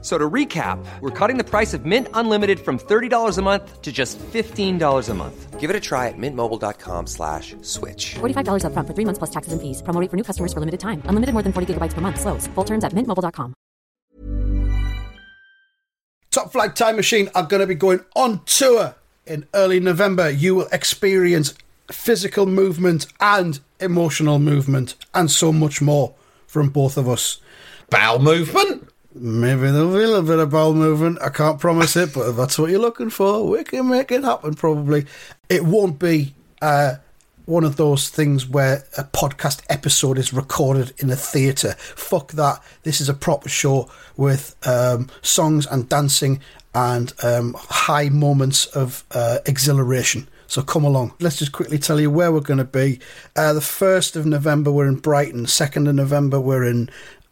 So to recap, we're cutting the price of Mint Unlimited from $30 a month to just $15 a month. Give it a try at mintmobile.com slash switch. $45 upfront for three months plus taxes and fees. Promo rate for new customers for limited time. Unlimited more than 40 gigabytes per month. Slows. Full terms at mintmobile.com. Top Flight Time Machine are going to be going on tour in early November. You will experience physical movement and emotional movement and so much more from both of us. Bowel movement? Maybe there'll be a little bit of bowel movement. I can't promise it, but if that's what you're looking for, we can make it happen probably. It won't be uh, one of those things where a podcast episode is recorded in a theatre. Fuck that. This is a proper show with um, songs and dancing and um, high moments of uh, exhilaration. So come along. Let's just quickly tell you where we're going to be. Uh, the 1st of November, we're in Brighton. 2nd of November, we're in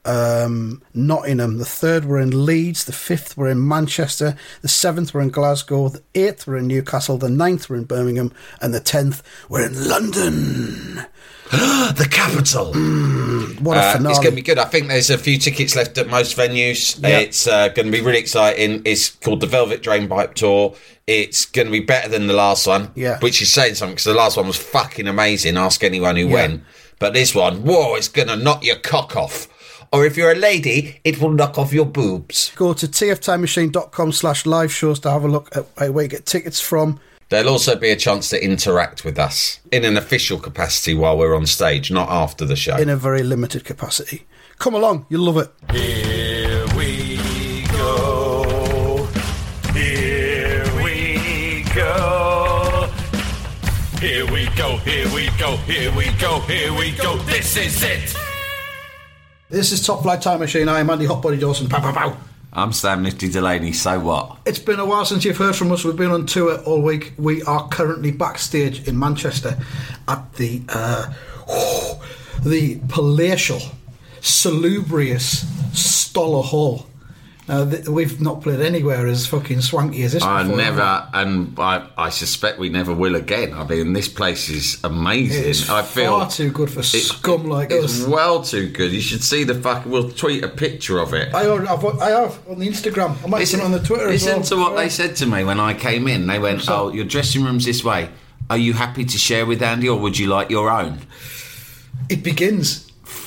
um, Nottingham. The third were in Leeds. The fifth were in Manchester. The seventh were in Glasgow. The eighth were in Newcastle. The ninth were in Birmingham. And the tenth were in London. The capital. Mm. What a Uh, finale. it's going to be good. I think there's a few tickets left at most venues. Yeah. It's uh, going to be really exciting. It's called the Velvet Drainpipe Tour. It's going to be better than the last one, Yeah. which is saying something because the last one was fucking amazing. Ask anyone who went. But this one, whoa, it's going to knock your cock off. Or if you're a lady, it will knock off your boobs. Go to tftimemachine.com slash live shows to have a look at at where you get tickets from. There'll also be a chance to interact with us in an official capacity while we're on stage, not after the show. in a very limited capacity. Come along, you'll love it. Here we go. Here we go. Here we go, here we go, here we go, here we go. This is it. This is Top Flight Time Machine. I am Andy Hotbody Dawson. Pow, pow, pow. I'm Sam Nifty Delaney, so what? It's been a while since you've heard from us. We've been on tour all week. We are currently backstage in Manchester at the uh, the palatial, salubrious Stoller Hall. Now, th- we've not played anywhere as fucking swanky as this. I before. never, and I, I suspect we never will again. I mean, this place is amazing. It's I feel far too good for it's- scum like it's us. well too good. You should see the fucking. We'll tweet a picture of it. I, already, I've, I have on the Instagram. I might have Listen- it on the Twitter as well. Listen to what Yeah. they said to me when I came in. They went, "Oh, your dressing room's this way. Are you happy to share with Andy, or would you like your own?" it begins.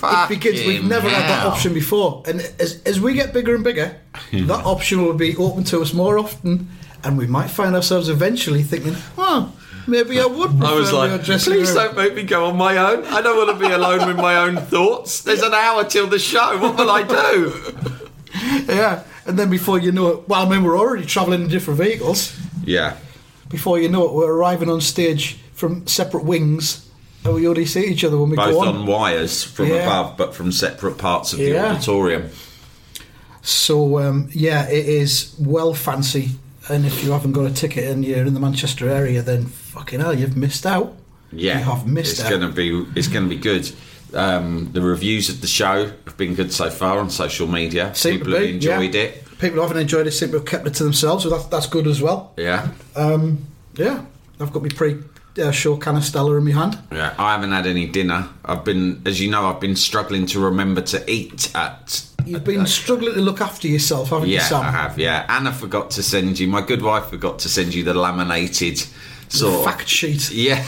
it begins. We've Fucking never had that hell. option before, and as as we get bigger and bigger, that option will be open to us more often, and we might find ourselves eventually thinking, "Oh, maybe I would." Prefer I was your like, dressing please room." don't make me go on my own. I don't want to be alone with my own thoughts. There's an hour till the show. What will I do? Yeah, and then before you know it, well, I mean, we're already travelling in different vehicles. Yeah. Before you know it, we're arriving on stage from separate wings, and we already see each other when we both go on. wires from Yeah. above, but from separate parts of Yeah. the auditorium. So um, yeah, it is well fancy, and if you haven't got a ticket and you're in the Manchester area, then fucking hell, you've missed out. Yeah, you have missed it's out. gonna be it's gonna be good. Um, the reviews of the show have been good so far on social media. Seem to People have be, enjoyed yeah. it. People haven't enjoyed it, simply kept it to themselves, so that, that's good as well. Yeah. Um, yeah, I've got my uh, pre-show canistella in my hand. Yeah, I haven't had any dinner. I've been, as you know, I've been struggling to remember to eat at. You've been struggling to look after yourself, haven't you, Yeah, Sam? I have. Yeah, Anna forgot to send you. My good wife forgot to send you the laminated sort of Fact sheet. Yeah.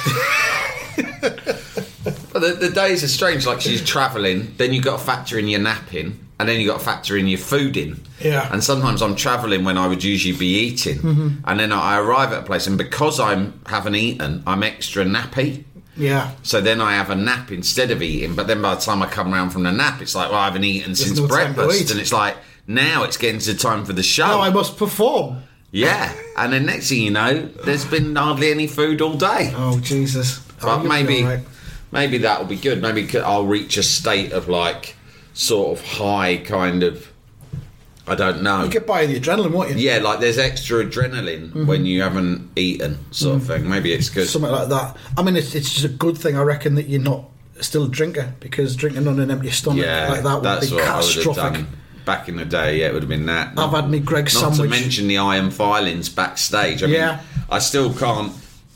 but the, the days are strange. Like she's travelling, then you got to factor in your napping, and then you got to factor in your food in. Yeah. Mm-hmm. And sometimes I'm travelling when I would usually be eating, and then I arrive at a place, and because I'm haven't eaten, I'm extra nappy. Yeah. So then I have a nap instead of eating. But then by the time I come round from the nap, it's like, well, I haven't eaten since no time to breakfast, eat. and it's like now it's getting to the time for the show. Now I must perform. yeah. And then next thing you know, there's been hardly any food all day. Oh Jesus! Oh, you'll But be maybe, all right. maybe that'll be good. Maybe c- I'll reach a state of like sort of high kind of. I don't know. you get by the adrenaline, won't you? yeah, like there's extra adrenaline when you haven't eaten, sort of thing. Maybe it's good. Mm. something like that. I mean, it's, it's just a good thing, I reckon, that you're not still a drinker because drinking on an empty stomach yeah, like that would that's be what I would have catastrophic. done. back in the day, yeah, it would have been that. I've had me Greg Not sandwich. to mention the iron filings backstage. I Yeah. mean, I still can't.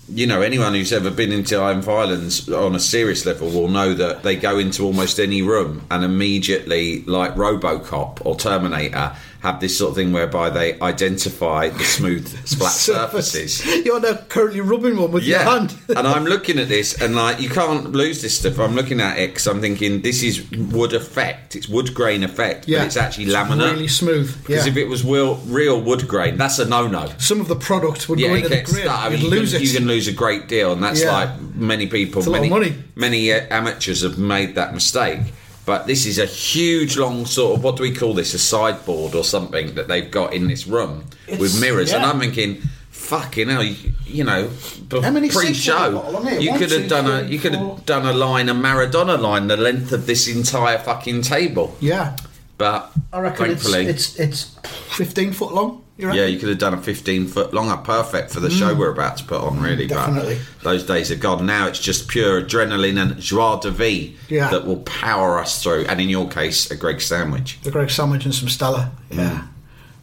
You know, anyone who's ever been into iron filings on a serious level will know that they go into almost any room and immediately, like RoboCop or Terminator, have this sort of thing whereby they identify the smooth splat surfaces. You're now currently rubbing one with your Yeah, hand. and I'm looking at this, and like you can't lose this stuff. I'm looking at it because I'm thinking this is wood effect. It's wood grain effect, but it's actually laminate. Really smooth. Because Yeah. if it was real, real wood grain, that's a no-no. Some of the product would Yeah, go it into the gets grid. that. I mean, You'd you, lose can, it. you can lose a great deal, and that's Yeah. like many a people, lot many of money. many uh, amateurs have made that mistake. But this is a huge, long sort of what do we call this? A sideboard or something that they've got in this room with mirrors, and yeah. I'm thinking. Fucking hell! You, you know, b- How many seats have they got pre-show, on here? you One, could two, have done a three, you could four. have done a line, a Maradona line, the length of this entire fucking table. yeah. But I reckon it's, thankfully, it's it's 15 foot long. You reckon? yeah, you could have done a 15 foot longer, perfect for the show we're about to put on, really. Mm. Definitely. But those days are gone. Now it's just pure adrenaline and joie de vie Yeah. that will power us through. And in your case, a Greg sandwich. The Greg sandwich and some Stella. Mm. Yeah.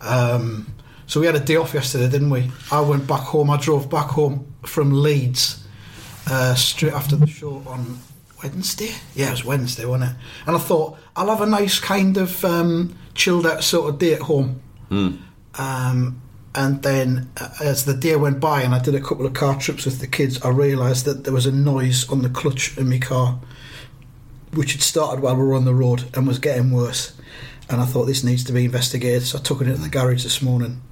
Um, so we had a day off yesterday, didn't we? I went back home. I drove back home from Leeds uh, straight after the show on Wednesday. Yeah, it was Wednesday, wasn't it? And I thought I'll have a nice kind of um, chilled out sort of day at home. Um, and then uh, as the day went by and I did a couple of car trips with the kids, I realised that there was a noise on the clutch in my car, which had started while we were on the road and was getting worse. And I thought this needs to be investigated, so I took it into the garage this morning,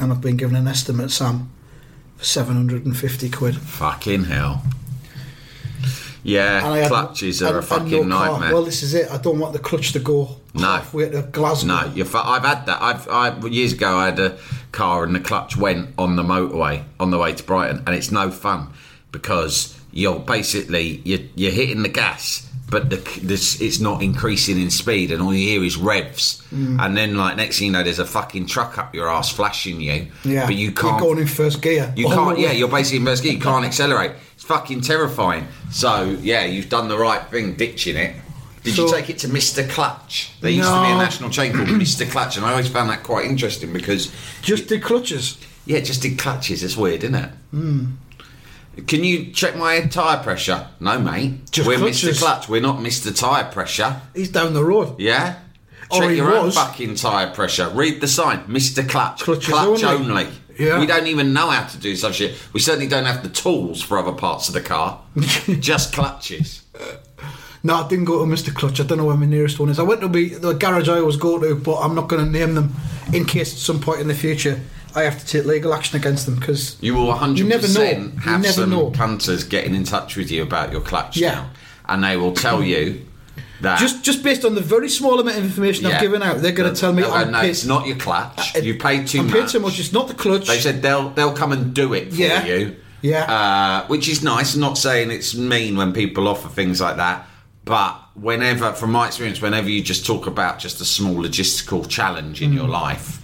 and I've been given an estimate, Sam, for seven hundred and fifty quid. Fucking hell. And I Yeah, had- clutches are and- a and fucking no car. nightmare. Well, this is it. I don't want the clutch to go No. halfway to Glasgow. No, you're fu- I've had that. I've I, years ago. I had a car and the clutch went on the motorway on the way to Brighton, and it's no fun because you're basically you're, you're hitting the gas, but the, c- this, it's not increasing in speed, and all you hear is revs. And then, like next thing you know, there's a fucking truck up your ass flashing you. Yeah, but you You're can't. going in first gear. You All the can't. way. Yeah, you're basically immersed. You can't accelerate. It's fucking terrifying. So yeah, you've done the right thing ditching it. Did you So- take it to Mr. Clutch? There used to be a No. national chain called Mr. Clutch, and I always found that quite interesting because Just the clutches. yeah, it just did clutches. It's weird, isn't it? Hmm. Can you check my tyre pressure? No, mate. Just We're clutches. Mr. Clutch. We're not Mr. Tyre Pressure. He's down the road. Yeah. Or Check he your was. own fucking tyre pressure. Read the sign, Mr. Clutch. Clutches Clutch only. only. Yeah. We don't even know how to do such shit. We certainly don't have the tools for other parts of the car. Just clutches. No, I didn't go to Mr. Clutch. I don't know where my nearest one is. I went to be, the garage I always go to, but I'm not going to name them in case at some point in the future I have to take legal action against them because You will 100% never know. You have never some know. punters getting in touch with you about your clutch Yeah. now. And they will tell you that. just just based on the very small amount of information Ah. Yeah. I've given out, they're going to They'll- tell me they'll go, I'm no, paid- it's not your clutch. I- you paid too I'm much. paid too much. It's not the clutch. They said they'll they'll come and do it for Yeah. you. Yeah. Uh, which is nice. I'm not saying it's mean when people offer things like that, but whenever, from my experience, whenever you just talk about just a small logistical challenge in your life,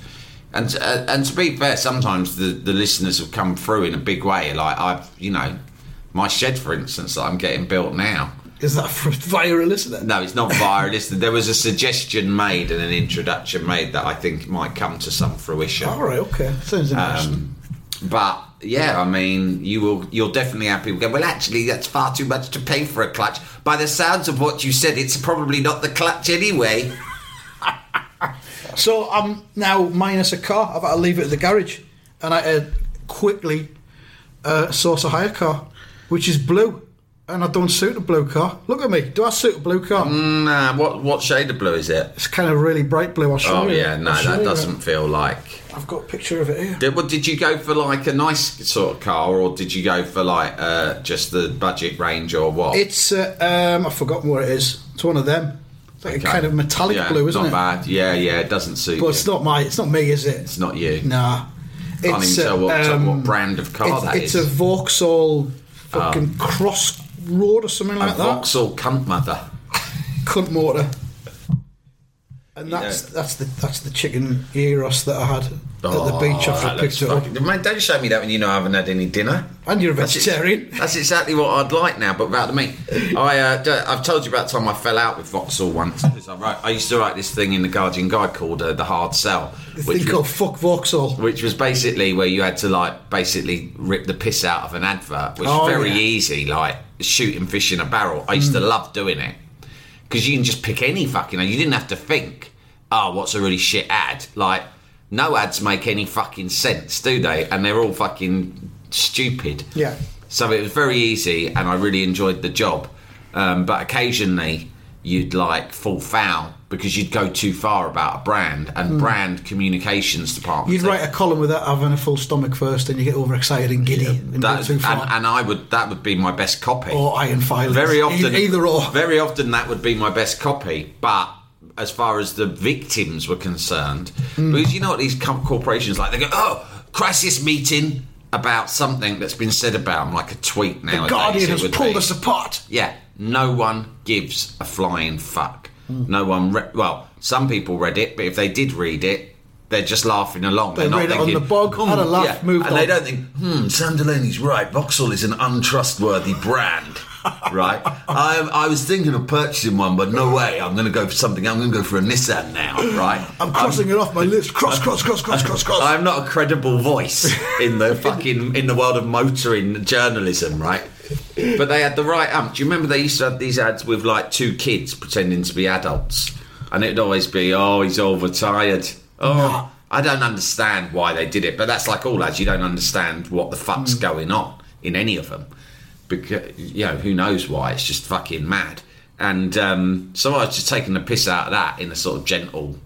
and uh, and to be fair, sometimes the the listeners have come through in a big way. Like I've, you know, my shed, for instance, that I'm getting built now. Is that for, via a listener? No, it's not via a listener. There was a suggestion made and an introduction made that I think might come to some fruition. All right, okay. Um, Sounds interesting. But yeah, I mean, you will you'll definitely have people go. Well, actually, that's far too much to pay for a clutch. By the sounds of what you said, it's probably not the clutch anyway. So I'm now minus a car. I've had to leave it at the garage, and I had to quickly uh, source a hire car, which is blue, and I don't suit a blue car. Look at me. Do I suit a blue car? Nah, what what shade of blue is it? It's kind of really bright blue. I'll show Oh you. yeah, no, I'll show that you. doesn't feel like. I've got a picture of it here. Did, what, did you go for like a nice sort of car, or did you go for like uh, just the budget range, or what? It's uh, um, I've forgotten what it is. It's one of them. It's like Okay. a kind of metallic Yeah, blue, isn't not it? bad. Yeah, yeah, it doesn't suit. But you. it's not my. It's not me, is it? It's not you. Nah. It's, Can't even tell what- um, what brand of car it's, that it's is. Ah. a Vauxhall fucking cross road or something a like that. Vauxhall cunt mother. cunt motor. And that's that's the that's the chicken gyros that I had at the beach after I Oh, that looks picked it up. fucking- Mate, don't show me that when you know I haven't had any dinner. And you're a That's ex- vegetarian. That's, exactly what I'd like now, but about the meat. I, uh, d- I've told you about the time I fell out with Vauxhall once. 'cause I, wrote, I used to write this thing in the Guardian Guide called uh, The Hard Sell. The which thing was- called fuck Vauxhall. which was basically where you had to like basically rip the piss out of an advert, which Oh, was very yeah. Mm. easy, like shooting fish in a barrel. I used to love doing it because you can just pick any fucking. You didn't have to think. Oh, what's a really shit ad? Like, no ads make any fucking sense, do they? And they're all fucking stupid. Yeah. So it was very easy, and I really enjoyed the job. Um, but occasionally, you'd like fall foul because you'd go too far about a brand and brand communications department. Mm. You'd write a column without having a full stomach first, and you get overexcited and giddy and go that, too and, far. and I would that would be my best copy. or iron filings. very often, E- either or. Very often that would be my best copy. But as far as the victims were concerned, Hmm. because you know what these com- corporations like, they go, "Oh, crisis meeting." About something that's been said about 'em, like a tweet now. Guardian has pulled us apart. Yeah, no one gives a flying fuck. Hmm. No one. Re- well, some people read it, but if they did read it, they're just laughing along. They are not read it on thinking, the bog, had a laugh, moved and they on. don't think. Hmm, Sam Delaney's right. Vauxhall is an untrustworthy brand. right. I, I was thinking of purchasing one, but no way. I'm going to go for something. I'm going to go for a Nissan now. Right. I'm crossing it off my list. Cross, cross, cross, cross, cross, cross. I'm not a credible voice in the fucking in the world of motoring journalism, right? But they had the right amp. Do you remember they used to have these ads with like two kids pretending to be adults, and it'd always be, "Oh, he's overtired." Oh, I don't understand why they did it, but that's like all ads. You don't understand what the fuck's going on in any of them, because you know who knows why. It's just fucking mad. And um, so I was just taking the piss out of that in a sort of gentle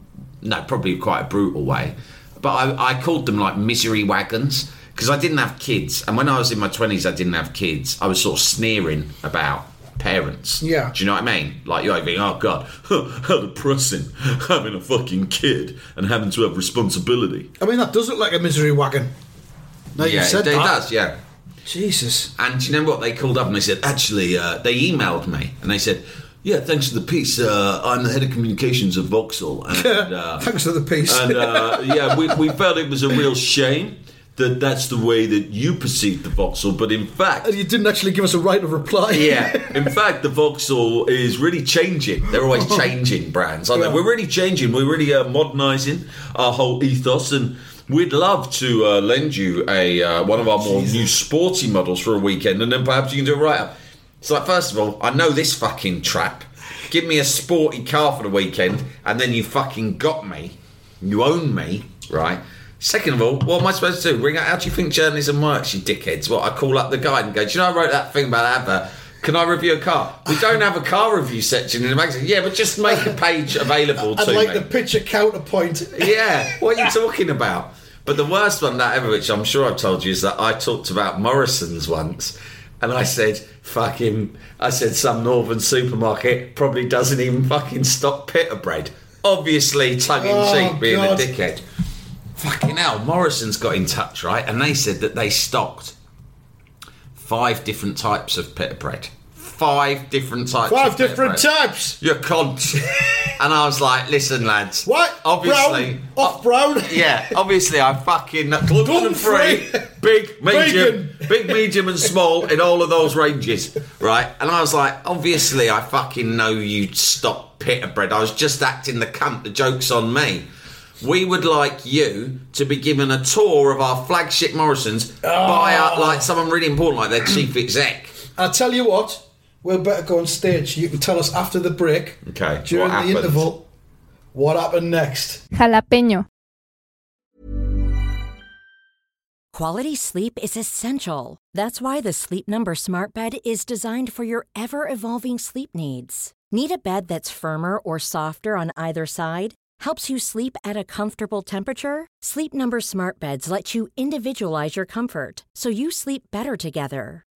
no, probably quite a brutal way. But I, I called them like misery wagons because I didn't have kids. And when I was in my 20s, I didn't have kids. I was sort of sneering about parents. Yeah. Do you know what I mean? Like, you're being, oh, God, how depressing having a fucking kid and having to have responsibility. I mean, that does look like a misery wagon. Now yeah, you said it, it that. does, yeah. Jesus. And do you know what? They called up and they said, actually, uh, they emailed me and they said, yeah, thanks for the piece. Uh, I'm the head of communications of Vauxhall. And, uh, Thanks for the piece. and uh, yeah, we, we felt it was a real shame that that's the way that you perceived the Vauxhall, but in fact. And you didn't actually give us a right of reply. Yeah, in fact, the Vauxhall is really changing. They're always changing brands, aren't Yeah. they? We're really changing. We're really uh, modernising our whole ethos, and we'd love to uh, lend you a uh, one of our more new sporty models for a weekend, and then perhaps you can do a write up. It's like, first of all, I know this fucking trap. Give me a sporty car for the weekend, and then you fucking got me. You own me, right? Second of all, what am I supposed to do? Ring out? How do you think journalism works, you dickheads? What I call up the guy and go, "Do you know I wrote that thing about that advert? Can I review a car? We don't have a car review section in the magazine. Yeah, but just make a page available I'd to like me. the picture counterpoint. yeah, what are you talking about? But the worst one that ever, which I'm sure I've told you, is that I talked about Morrison's once, and I said, "Fucking," I said, "Some northern supermarket probably doesn't even fucking stock pita bread." Obviously, tongue in cheek, Oh, being God. a dickhead. Fucking hell, Morrison's got in touch, right? And they said that they stocked five different types of pita bread. Five different types. Five of pita different bread. types. You're cunt. and I was like, listen, lads. What? Obviously. Brown. Off brown. Yeah, obviously I fucking gluten free, Gluten-free. big, medium, Vegan. big, medium, and small in all of those ranges, right? And I was like, obviously I fucking know you stop pita bread. I was just acting the cunt. The joke's on me. We would like you to be given a tour of our flagship Morrison's by uh, Ah. like someone really important, like their chief exec. I tell you what, we'll better go on stage. You can tell us after the break, Okay, during what the happened? interval, what happened next. Jalapeño. Quality sleep is essential. That's why the Sleep Number Smart Bed is designed for your ever evolving sleep needs. Need a bed that's firmer or softer on either side? Helps you sleep at a comfortable temperature? Sleep Number Smart Beds let you individualize your comfort so you sleep better together.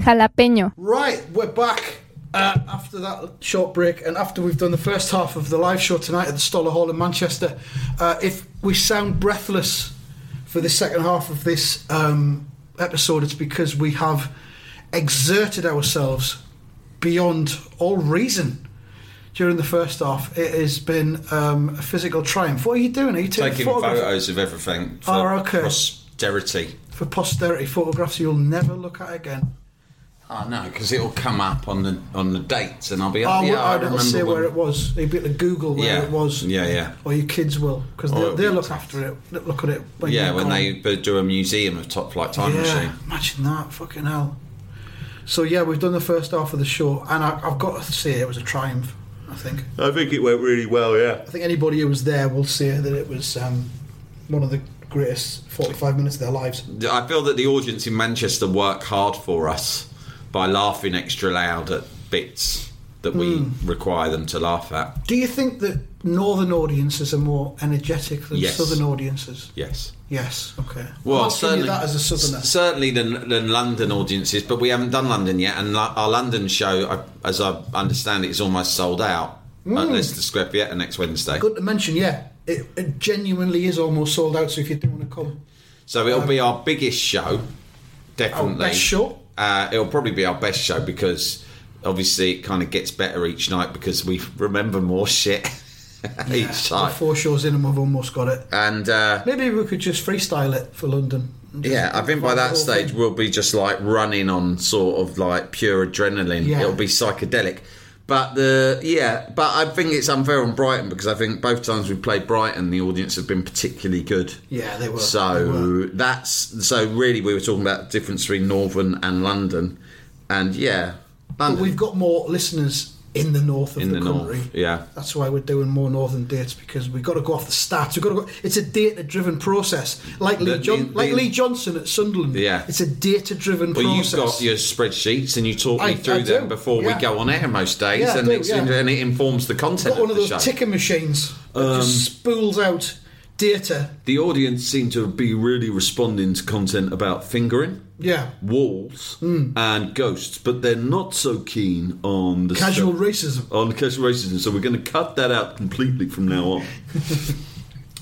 Jalapeño. Right, we're back uh, after that short break, and after we've done the first half of the live show tonight at the Stoller Hall in Manchester. Uh, if we sound breathless for the second half of this um, episode, it's because we have exerted ourselves beyond all reason during the first half. It has been um, a physical triumph. What are you doing? Are you taking, Taking photographs? photos of everything for Oh, okay. posterity. for posterity? Photographs you'll never look at again. Oh no, because it'll come up on the on the dates, and I'll be. Oh, Oh, yeah, I, I don't remember see when- where it was. You'd be able to Google where Yeah. it was. Yeah, yeah. Or your kids will, because Or they, it'll they be look tough. after it. they Look at it. When Yeah, you're when gone. they b- do a museum of Top Flight Time yeah, Machine. imagine that. Fucking hell. So yeah, we've done the first half of the show, and I, I've got to say it was a triumph. I think. I think it went really well, yeah. I think anybody who was there will say that it was um, one of the greatest forty-five minutes of their lives. I feel that the audience in Manchester work hard for us by laughing extra loud at bits that we Hmm. require them to laugh at. Do you think that northern audiences are more energetic than Yes. southern audiences? Yes. Yes. Okay. Well, I'll give you certainly, that as a southerner. c- certainly than, than London audiences, but we haven't done London yet, and lo- our London show, I, as I understand it, is almost sold out. Unless the Screpietta next Wednesday, Mm. Good to mention, yeah. It, it genuinely is almost sold out, so if you do want to come. so it'll be our biggest show, definitely. Um, Our best show? Uh, it'll probably be our best show because obviously it kind of gets better each night because we remember more shit each We're time. uh, Four shows in and we've almost got it. And uh, Maybe we could just freestyle it for London. and just yeah, I think by fuck the that whole stage thing. we'll be just like running on sort of like pure adrenaline. Yeah. It'll be psychedelic. But the yeah, but I think it's unfair on Brighton because I think both times we played Brighton, the audience have been particularly good. Yeah, they were. They So were. that's so really we were talking about the difference between Northern and London, and yeah, But London we've got more listeners in the north of in the, the, country. north, yeah. That's why we're doing more northern dates because we've got to go off the stats. We've got to go. It's a data-driven process, like Lee, The- John, the- like the- Lee Johnson at Sunderland. Yeah. it's a data-driven Well, process. you've got your spreadsheets and you talk I- me through I do, them before yeah. we go on air most days, Yeah, I and, do, it's, yeah. and it informs the content got one of of the those show. Um, ticker machines that just spools out data. the audience seem to be really responding to content about fingering, Yeah, walls, Hmm. and ghosts, but they're not so keen on the casual stuff- racism. on casual racism. So we're going to cut that out completely from now on.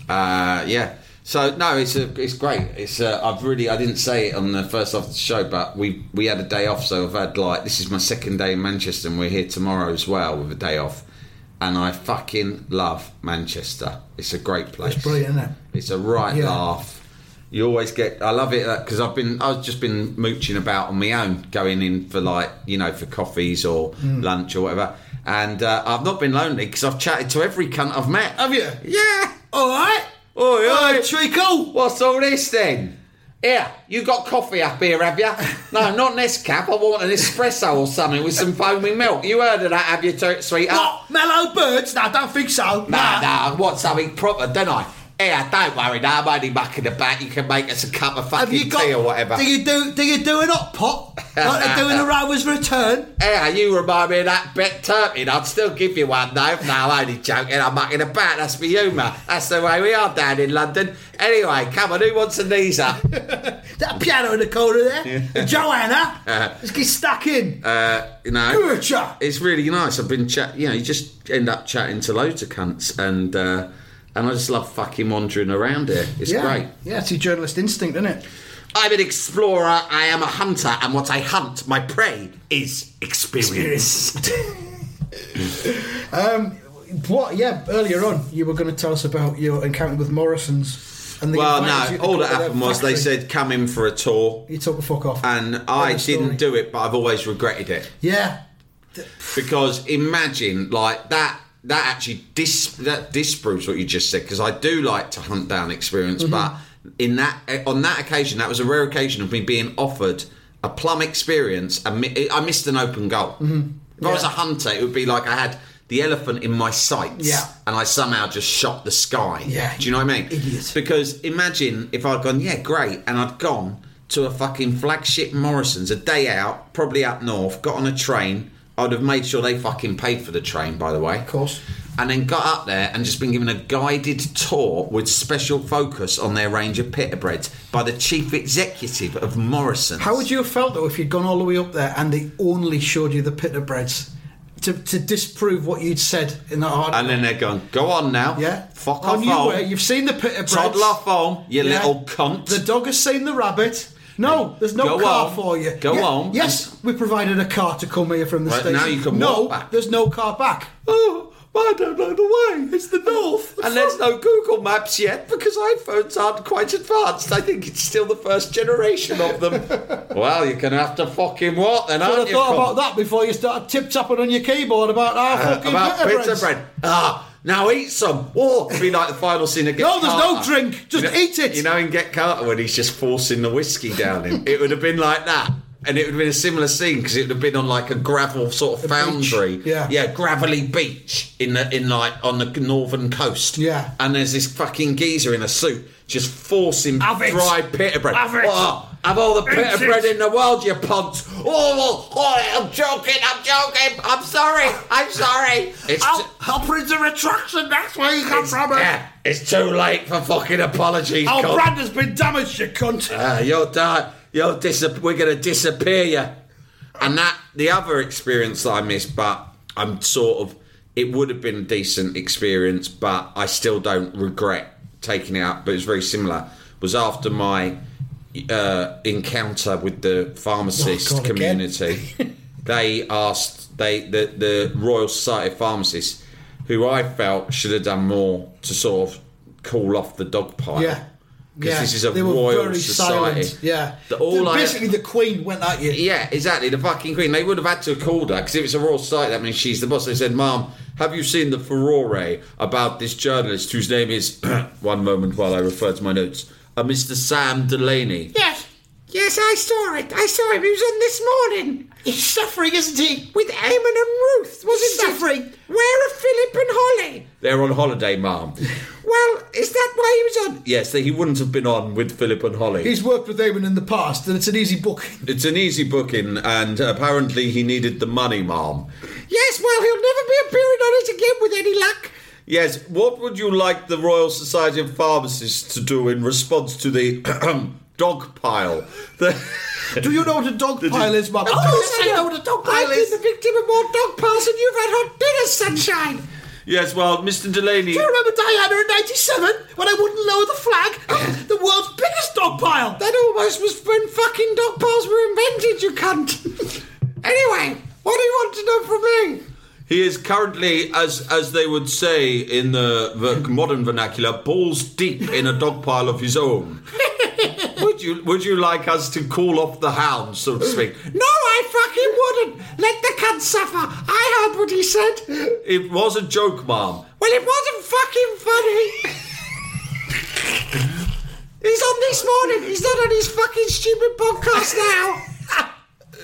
uh, yeah. So no, it's a, it's great. It's uh, I've really I didn't say it on the first half of the show, but we we had a day off, so I've had like this is my second day in Manchester, and we're here tomorrow as well with a day off. And I fucking love Manchester. It's a great place. It's brilliant, isn't it? It's a right Yeah. laugh. You always get. I love it because I've been. I've just been mooching about on my own, going in for like you know for coffees or Hmm. lunch or whatever. And uh, I've not been lonely because I've chatted to every cunt I've met. Have you? Yeah. All right. Oi, All oi, right, Trico. What's all this then? Here, you got coffee up here, have you? No, not Nescap. I want an espresso or something with some foamy milk. You heard of that, have you, tur- sweetheart? What? Mellow birds? No, I don't think so. Nah, nah, I want something proper, don't I? Yeah, don't worry, nah, I'm only mucking about. You can make us a cup of Have fucking you got? tea or whatever. Do you do? Do you do an hot pot like they do in a rower's return? Yeah, you remind me of that bet turpin. I'd still give you one, though. No, I'm only joking. I'm mucking about. That's my humour. That's the way we are down in London. Anyway, come on, who wants a knees up? That piano in the corner there, Joanna. Let's get stuck in. Uh, You know, Urcha. it's really nice. I've been chat. You know, you just end up chatting to loads of cunts, and uh, and I just love fucking wandering around here. It's yeah. great. Yeah, it's your journalist instinct, isn't it? I'm an explorer. I am a hunter, and what I hunt, my prey, is experience. um, what? Yeah, earlier on, you were going to tell us about your encounter with Morrison's. And they well, invited you no, to all go that to their happened was they factory. said come in for a tour, you took the fuck off, and End I of story. didn't do it, but I've always regretted it. Yeah, because imagine like that Mm-hmm. that actually dis- that disproves what you just said because I do like to hunt down experience but in that eh, on that occasion, that was a rare occasion of me being offered a plum experience. And mi- eh, I missed an open goal. Mm-hmm. If I was a hunter, it would be like I had the elephant in my sights, Yeah. and I somehow just shot the sky. Yeah. do you know what I mean? Idiot. Because imagine if I'd gone, yeah, great, and I'd gone to a fucking flagship Morrison's a day out, probably up north, got on a train. I'd have made sure they fucking paid for the train, by the way. Of course. And then got up there and just been given a guided tour with special focus on their range of pita breads by the chief executive of Morrison's. How would you have felt though if you'd gone all the way up there and they only showed you the pita breads to, to disprove what you'd said in that article? And then they're going, go on now. yeah, Fuck on off you home. were. You've seen the pita breads. Toddle off home, you Yeah. little cunt. The dog has seen the rabbit. No, there's no Go car on. for you. Go Ye- on. Yes, we provided a car to come here from the Right, station. now you can no, walk back. there's no car back. Oh, I don't know the way. It's the north. The And there's front. no Google Maps yet because iPhones aren't quite advanced. I think it's still the first generation of them. well, you're going to have to fucking what then, Should aren't have you? thought Con- about that before you started tip tapping on your keyboard about our fucking Uh, about pita pizza breads. bread. Ah, now eat some. Or it'd be like the final scene again. No, there's no drink. Just you know, eat it. You know, in Get Carter when he's just forcing the whiskey down him. it would have been like that. And it would have been a similar scene because it would have been on like a gravel sort of foundry, Yeah. yeah, gravelly beach in the in like on the northern coast, Yeah. And there's this fucking geezer in a suit just forcing Have it. dry pita bread. Have it. Oh, have all the pita it. bread in the world, you punt. Oh, oh, oh, I'm joking, I'm joking. I'm sorry, I'm sorry. It's I'll, t- I'll print a retraction. That's where you come it's- from. eh? yeah, it's too late for fucking apologies. Our cunt. brand has been damaged, you cunt. Ah, you're di- You're dis- We're gonna disappear you. And that the other experience that I missed, but I'm sort of. It would have been a decent experience, but I still don't regret taking it out. But it's very similar. Was after my uh, encounter with the pharmacist Oh, God, again. community. they asked they the the Royal Society of Pharmacists, who I felt should have done more to sort of call off the dog pile. Yeah. Because this is a they were royal very society. Silent. Yeah. The- all I- Basically, the Queen went at you. yeah, exactly. The fucking queen. They would have had to have called her because if it's a royal site, that means she's the boss. They said, "Mom, have you seen the furore about this journalist whose name is?" one moment while I refer to my notes. A Mr. Sam Delaney. Yes, yes, I saw it. I saw him. He was on this morning. He's suffering, isn't he? With Eamon and Ruth, wasn't suffering. Where are Philip and Holly? They're on holiday, Ma'am. well, is that why he was on? Yes, he wouldn't have been on with Philip and Holly. He's worked with Eamon in the past, and it's an easy book. It's an easy booking, and apparently he needed the money, Mom. Yes, well, he'll never be appearing on it again with any luck. Yes, what would you like the Royal Society of Pharmacists to do in response to the dog pile? The- Do you know what a dog pile is, Mum? Of course Oh, I know what a dog pile is. the victim of more dog piles than you've had hot dinner, sunshine. Yes, well, Mr. Delaney. Do you remember Diana in 97 when I wouldn't lower the flag? Oh, the world's biggest dog pile! That almost was when fucking dog piles were invented, you cunt. anyway, what do you want to know from me? He is currently, as as they would say in the, the modern vernacular, balls deep in a dog pile of his own. would you would you like us to call off the hounds, so to speak? No, I fucking wouldn't. Let the cunt suffer. I heard what he said. It was a joke, ma'am. Well, it wasn't fucking funny. He's on this morning. He's not on his fucking stupid podcast now.